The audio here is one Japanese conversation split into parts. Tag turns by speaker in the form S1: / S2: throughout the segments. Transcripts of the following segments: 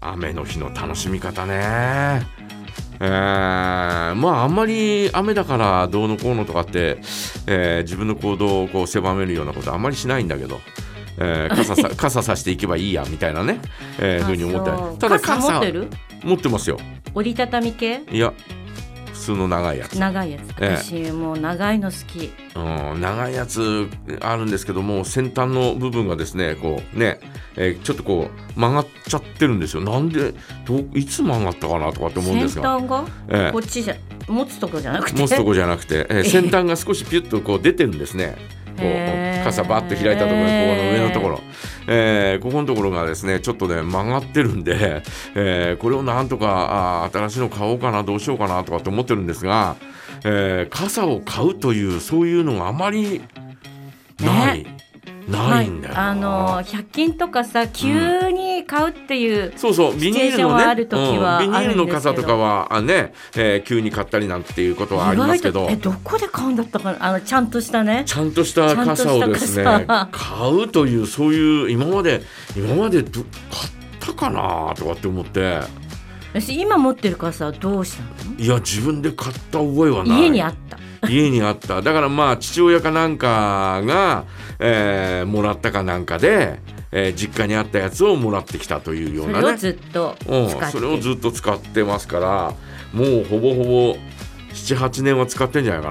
S1: 雨の日の楽しみ方ね。えー、まああんまり雨だからどうのこうのとかって、えー自分の行動をこう狭めるようなことあんまりしないんだけど、え ー傘さ傘さしていけばいいやみたいなね、えーふうに思ったり
S2: あそう
S1: ただ
S2: 傘持ってる
S1: 持ってますよ
S2: 折りたたみ系
S1: いや普通の長いやつ、
S2: 長いやつ
S1: え
S2: 私もう長いの好き
S1: うん、長いやつあるんですけども先端の部分がですねこうね、えーちょっとこう曲がっちゃってるんですよなんでどういつ曲がったかなとかって思うんです
S2: 先
S1: が、
S2: 端が
S1: えー
S2: こっちじゃ持つとこじゃなくて
S1: 持つとこじゃなくて、えー
S2: え
S1: 先端が少しピュッとこう出てるんですね。こ
S2: へ
S1: う
S2: ー
S1: 傘バッと開いたところここの上のところ、えーここのところがですねちょっとね曲がってるんで、えーこれをなんとかあー新しいの買おうかなどうしようかなとかって思ってるんですが、えー傘を買うというそういうのがあまりない、 ないんだよな、
S2: まああの100均とかさ急に買うっていう、
S1: そうそうビニールの
S2: シチュエーション
S1: ね
S2: はある時はある
S1: うんん
S2: です
S1: ビ
S2: け
S1: ニ
S2: ど
S1: ールの傘とかはあね、えー急に買ったりなんていうことはありますけ
S2: 意
S1: ど
S2: 外とえ。どこで買うんだったかなあのちゃんとしたね
S1: ちゃんとした傘をです
S2: ちゃん
S1: ね
S2: とした傘
S1: 買うというそういう今まで今までど買ったかなとかって思って
S2: 私今持ってる傘はどうしたの
S1: いや自分で買った覚えはない
S2: 家にあった
S1: 家にあっただからまあ父親かなんかが、えーもらったかなんかで、えー実家にあったやつをもらってきたというよう
S2: そ
S1: な
S2: れを
S1: ね
S2: ずっと使
S1: うん
S2: って
S1: それをずっと使ってますからもうほぼほぼ78年は使ってんじゃないか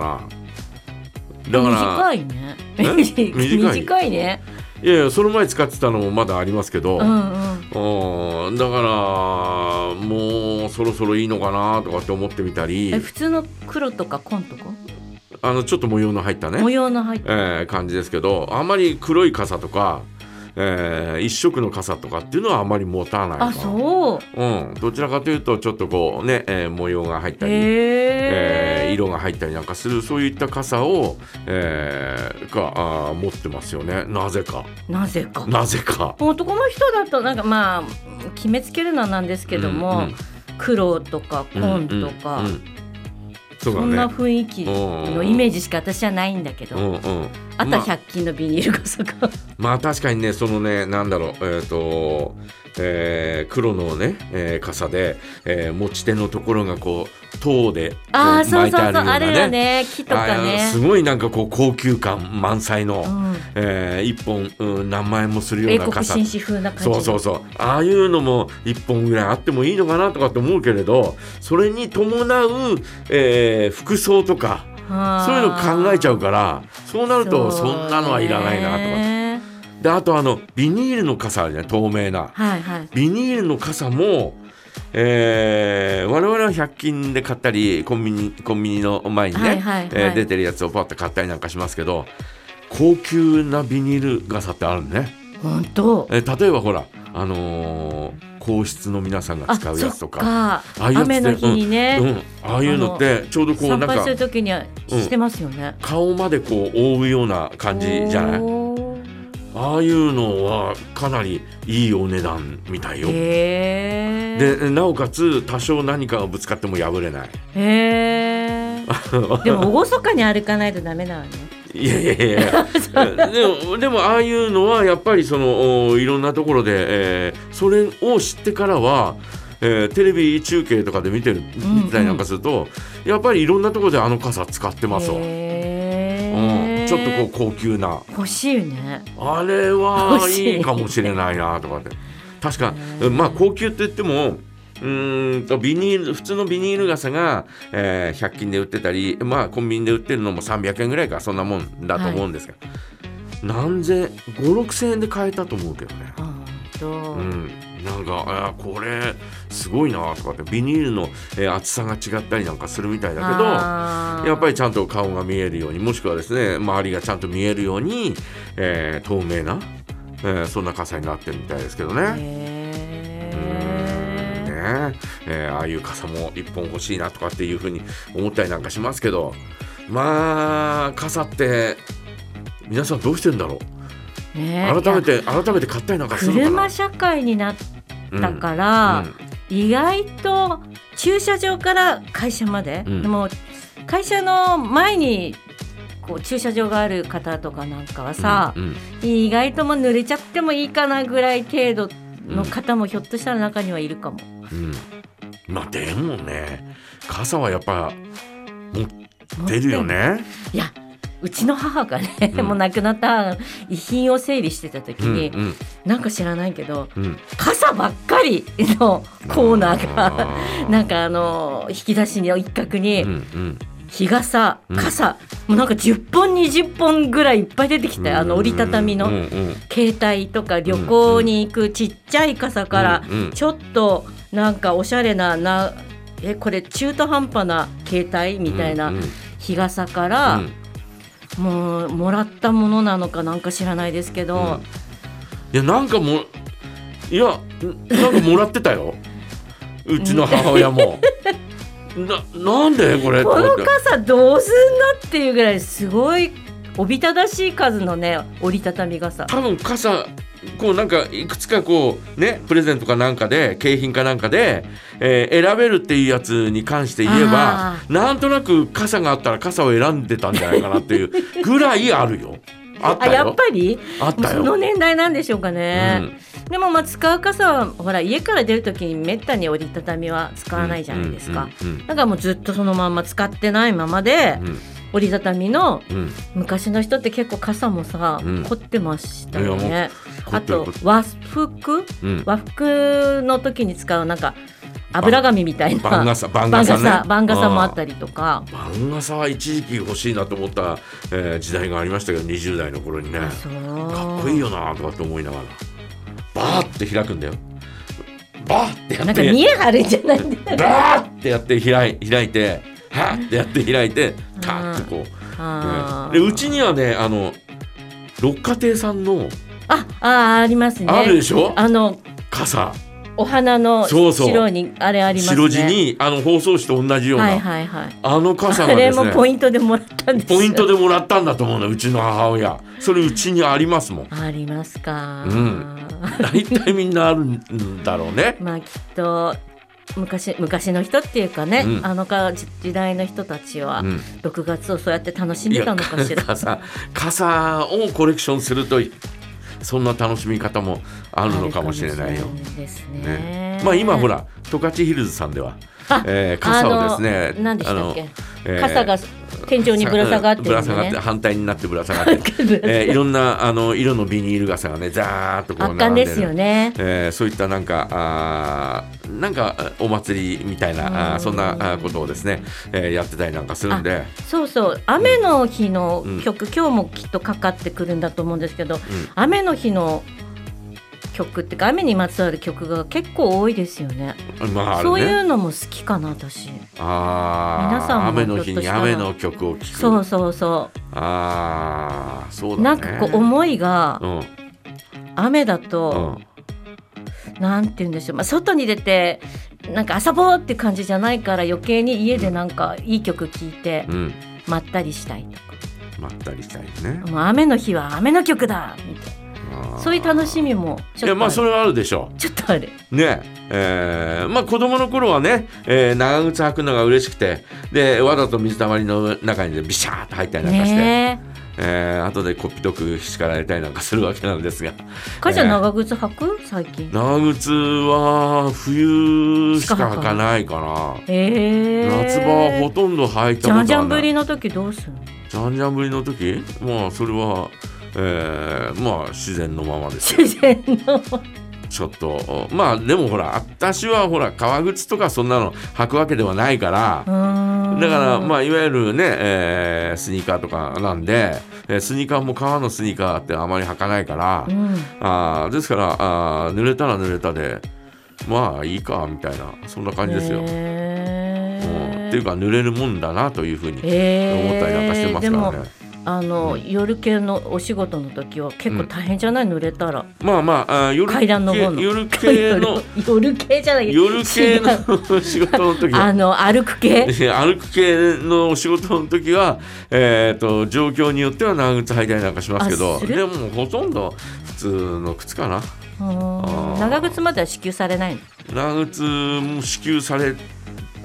S1: なだから
S2: 短いね
S1: え短い
S2: 短いね
S1: いやいやその前使ってたのもまだありますけど、
S2: うんうん
S1: うんだからもうそろそろいいのかなとかって思ってみたり
S2: え普通の黒とか紺とか
S1: あのちょっと模様の入った
S2: 模
S1: ね、
S2: 様の入った
S1: えー感じですけどあんまり黒い傘とか、えー一色の傘とかっていうのはあまり持たないかな
S2: あそう
S1: うん、どちらかというとちょっとこうね、えー模様が入ったり、え
S2: へ
S1: ー
S2: え
S1: 色が入ったりなんかするそういった傘を、えーがあー持ってますよねなぜか
S2: なぜか
S1: なぜか。
S2: 男の人だとなんかまあ決めつけるのはなんですけども、
S1: うんうん
S2: 黒とか紺とか、
S1: うんうんうんそうだ
S2: そ
S1: ね
S2: んな雰囲気のイメージしか私はないんだけど、
S1: うんうん、
S2: あとは
S1: まあ
S2: 100均のビニール傘 か、
S1: まあ確かにねそのねなんだろうえっ、と、えー黒のね、えー傘で、えー持ち手のところがこう塔でこう
S2: ああーそうそうそう
S1: ような
S2: あるよね木とか
S1: あー
S2: ね
S1: す、ごいなんかこう高級感満載の、
S2: うん、
S1: えー一本、うん、何万円もするよ
S2: 英
S1: うな
S2: 国
S1: 傘
S2: 紳士風な感じ
S1: そうそうそうああいうのも1本ぐらいあってもいいのかなとかって思うけれどそれに伴う、えー服装とか
S2: あー
S1: そういうの考えちゃうからそうなると
S2: そ
S1: そんなのはいらないなとか。
S2: か
S1: であとあのビニールの傘あるじゃない透明な
S2: はいはい
S1: ビニールの傘も、えー我々は100均で買ったりコンビニコンビニの前にね、
S2: はいはいはい
S1: えー出てるやつをパッと買ったりなんかしますけど高級なビニール傘ってあるね、
S2: 本当
S1: えー例えばほらあのー皇室の皆さんが使うやつとか
S2: あそっか
S1: ああいうやつで
S2: 雨の日にね、
S1: うん、ああいうのってちょうどこうな
S2: 参
S1: んか
S2: 拝するときにはしてますよね、
S1: 顔までこう覆うような感じじゃない
S2: おー
S1: ああいうのはかなりいいお値段みたいよ。
S2: へえ
S1: でなおかつ多少何かがぶつかっても破れない
S2: へ ーでも厳かに歩かないとダメだわね
S1: いやいやいやい やでもでもああいうのはやっぱりそのおいろんなところで、えーそれを知ってからは、えーテレビ中継とかで見てる
S2: んうん
S1: 見てたりなんかすると、やっぱりいろんなところであの傘使ってますわ、うん、
S2: へー
S1: ちょっとこう高級な
S2: 欲しいね
S1: あれは
S2: 欲しい
S1: いいかもしれないなとかって確かまあ高級って言ってもうーんとビニール普通のビニール傘が、えー100均で売ってたり、まあ、コンビニで売ってるのも300円ぐらいかそんなもんだと思うんですが、何千56000円で買えたと思うけどね。
S2: あ本当、
S1: うん、なんかあーこれすごいなとかってビニールの、えー厚さが違ったりなんかするみたいだけど。
S2: あー
S1: やっぱりちゃんと顔が見えるようにもしくはですね周りがちゃんと見えるように、えー透明な、えーそんな傘になってるみたいですけどね。うー
S2: へ
S1: んねえーああいう傘も一本欲しいなとかっていうふうに思ったりなんかしますけどまあ傘って皆さんどうしてんだろう
S2: ーね
S1: 改め
S2: い
S1: て改めて買ったりなん
S2: や
S1: かするのかな
S2: 車社会になった
S1: うん
S2: から、意外と駐車場から会社まで、
S1: うん
S2: でも会社の前にこう駐車場がある方とかなんかはさ、
S1: うんうん
S2: 意外ともう濡れちゃってもいいかなぐらい程度の方もひょっとしたら中にはいるかも。
S1: うん、まあでもね傘はやっぱ
S2: 持って
S1: 出るよ。ね。
S2: いやうちの母がね、
S1: うん
S2: もう亡くなった遺品を整理してた時
S1: うん
S2: に、なんか知らないけど
S1: うんうん
S2: 傘ばっかりのコーナーが
S1: あ
S2: なんかあの引き出しの一角に、
S1: うんうん
S2: 日傘
S1: うん
S2: 傘、もうなんか10本20本ぐらいいっぱい出てきて、あの折りたたみの、
S1: うんうん
S2: 携帯とか旅行に行くちっちゃい傘から、
S1: うんうん
S2: ちょっとなんかおしゃれななえこれ中途半端な携帯みたいな
S1: うんうん
S2: 日傘から、
S1: うん
S2: もうもらったものなのかなんか知らないですけど、
S1: うんいやなんかもいやなんかもらってたようちの母親 も。ななんでこれ
S2: この
S1: と思って
S2: 傘どうすんのっていうぐらいすごいおびただしい数のね折りたたみ傘。
S1: 多分傘こうなんかいくつかこうねプレゼントかなんかで景品かなんかで、えー選べるっていうやつに関して言えば
S2: あ
S1: なんとなく傘があったら傘を選んでたんじゃないかなって いうぐらいあるよ。あっ
S2: あ
S1: た
S2: や
S1: よ
S2: っ。ぱり
S1: あっ
S2: もう
S1: た
S2: そ
S1: よ。
S2: の年代なんでしょうかね。
S1: うん
S2: でもまあ使う傘はほら家から出るときにめったに折りたたみは使わないじゃないですか。。
S1: うんうん
S2: だからもうずっとそのまんま使ってないままで
S1: うん
S2: 折りたたみの
S1: うん
S2: 昔の人って結構傘もさ、
S1: うん
S2: 凝ってましたよ
S1: い
S2: ね。
S1: 凝
S2: あ
S1: ってる
S2: と和服
S1: うん
S2: 和服の時に使うなんか油紙みたいな
S1: 番傘番
S2: 番
S1: 傘ね
S2: 傘番傘もあっ
S1: り
S2: たりとか。
S1: 番傘は一時期欲しいなと思った、えー時代がありましたけど20代の頃にね
S2: あそう
S1: かっこいいよなとかって思いながらバーって開くんだよバーってや
S2: な
S1: っ
S2: んか
S1: て
S2: 見え張るんじゃないんだよ。
S1: バーってやって開い開いてはーってやって開いてタッてこう、うん
S2: あー
S1: でうちにはねあの六花亭さんの
S2: ああーありますね。
S1: あるでしょ
S2: あの
S1: 傘
S2: お花の
S1: そうそう
S2: 白にあれありますね。
S1: 白地にあの包装紙と同じような、
S2: はいはいはい。
S1: あの傘
S2: あ
S1: が
S2: れ
S1: です
S2: も
S1: ね
S2: ポイントでもらったんですよ。
S1: ポイントでもらったんだと思うのうちの母親それうちにあります もん
S2: ありますか。
S1: うん大体みんなあるんだろうね
S2: まあきっと昔昔の人っていうかね、
S1: うん
S2: あのか時時代の人たちは
S1: うん
S2: 6月をそうやって楽しん
S1: い
S2: で
S1: や
S2: たのかしら。
S1: 傘傘をコレクションするとそんな楽しみ方もあるのかもしれないよ
S2: あるか。もしれないですね。
S1: ね、まあ今ほら十勝ヒルズさんでは、
S2: あ
S1: えー傘をですね
S2: 何でしたっけ、
S1: えー
S2: 傘が天井にぶら下がって
S1: ぶ
S2: る
S1: ら
S2: ん
S1: 下がって
S2: ね。、
S1: 反対になってぶら下がって
S2: ぶら下が
S1: えーいろんなあの色のビニール傘がねザーっとこう
S2: 圧
S1: 並
S2: 巻
S1: んで
S2: で
S1: る
S2: すよね。
S1: えーそういったなんかあーなんかあお祭りみたいなあーそんなあーことをですね、えーやってたりなんかするんで、
S2: そうそう雨の日の曲、今日もきっとかかってくるんだと思うんですけど、雨の日の曲っていうか雨にまつわる曲が結構多いですよね
S1: うん、まああるね
S2: そういうのも好きかな私
S1: あー
S2: 皆さんも
S1: 雨の日
S2: ひょっと
S1: に
S2: したら
S1: 雨の曲を聴く
S2: そうそうそ
S1: ああそう
S2: う、
S1: だね
S2: なんかこう思いが
S1: うん
S2: 雨だ
S1: う
S2: と、
S1: ん
S2: なんて言うんでしょう、まあ、外に出てなんか遊ぼうって感じじゃないから余計に家でなんかいい曲聴いて
S1: うん
S2: まったりしたいと
S1: まったりしたいね
S2: かもう雨の日は雨の曲だみたいなそういう楽しみもち
S1: いや
S2: ょっと
S1: ま
S2: あ
S1: あ
S2: る
S1: それはあるでしょ
S2: ちょっとある
S1: うねえーまあ子供の頃はね、えー長靴履くのが嬉しくてでわざと水たまりの中にねビシャーっと入ったりなんかして、
S2: ね
S1: えー後でこっぴどく叱られたりなんかするわけなんですが
S2: えかじゃん長靴履く最近
S1: 長靴は冬しか履かないかな
S2: ええ
S1: 夏場はほとんど履い
S2: じ
S1: たことは
S2: ゃ
S1: ない
S2: んじゃんぶりの時どうするの
S1: ジャンジャンぶりの時まあそれは、えーまあ自然のままですよ
S2: 自然の
S1: ちょっとまあでもほら私はほら革靴とかそんなの履くわけではないからだからま
S2: あ
S1: あいわゆるね、えースニーカーとかなんで、えースニーカーも革のスニーカーってあまり履かないから
S2: うん
S1: あーですからあー濡れたら濡れたでまあいいかみたいなそんな感じですよ。
S2: へー
S1: うんっていうか濡れるもんだなというふうに思
S2: へー
S1: ったりなんかしてますから
S2: でも
S1: ね。
S2: あの、
S1: うん
S2: 夜系のお仕事の時は結構大変じゃない、濡れたら
S1: まあまああー夜
S2: 階段登るの
S1: 系夜系 の
S2: 夜系じゃない
S1: 夜系
S2: 違う
S1: の仕事の時は
S2: あの歩く系
S1: いや歩く系のお仕事の時は、えー、と状況によっては長靴履いたりなんかしますけ
S2: あ
S1: ど
S2: する
S1: でもほとんど普通の靴かな
S2: うー
S1: あ
S2: ん
S1: ー
S2: 長靴までは支給されないの
S1: 長靴も支給され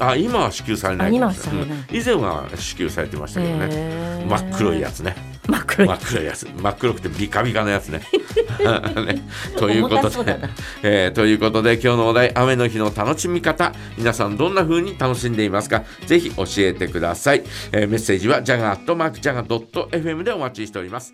S1: あ今は支給されない
S2: あ今は
S1: かもし
S2: されない
S1: うん以前は支給されてましたけどね
S2: へー
S1: 真っ黒いやつね
S2: 真っ黒い
S1: 真っ黒いやつ真っ黒くてビカビカのやつ ね。ねというこ
S2: 重た
S1: と
S2: そうだ
S1: で
S2: な、
S1: えーということで今日のお題雨の日の楽しみ方皆さんどんな風に楽しんでいますかぜひ教えてください、えーメッセージはジャガーットマークジャガ .fm でお待ちしております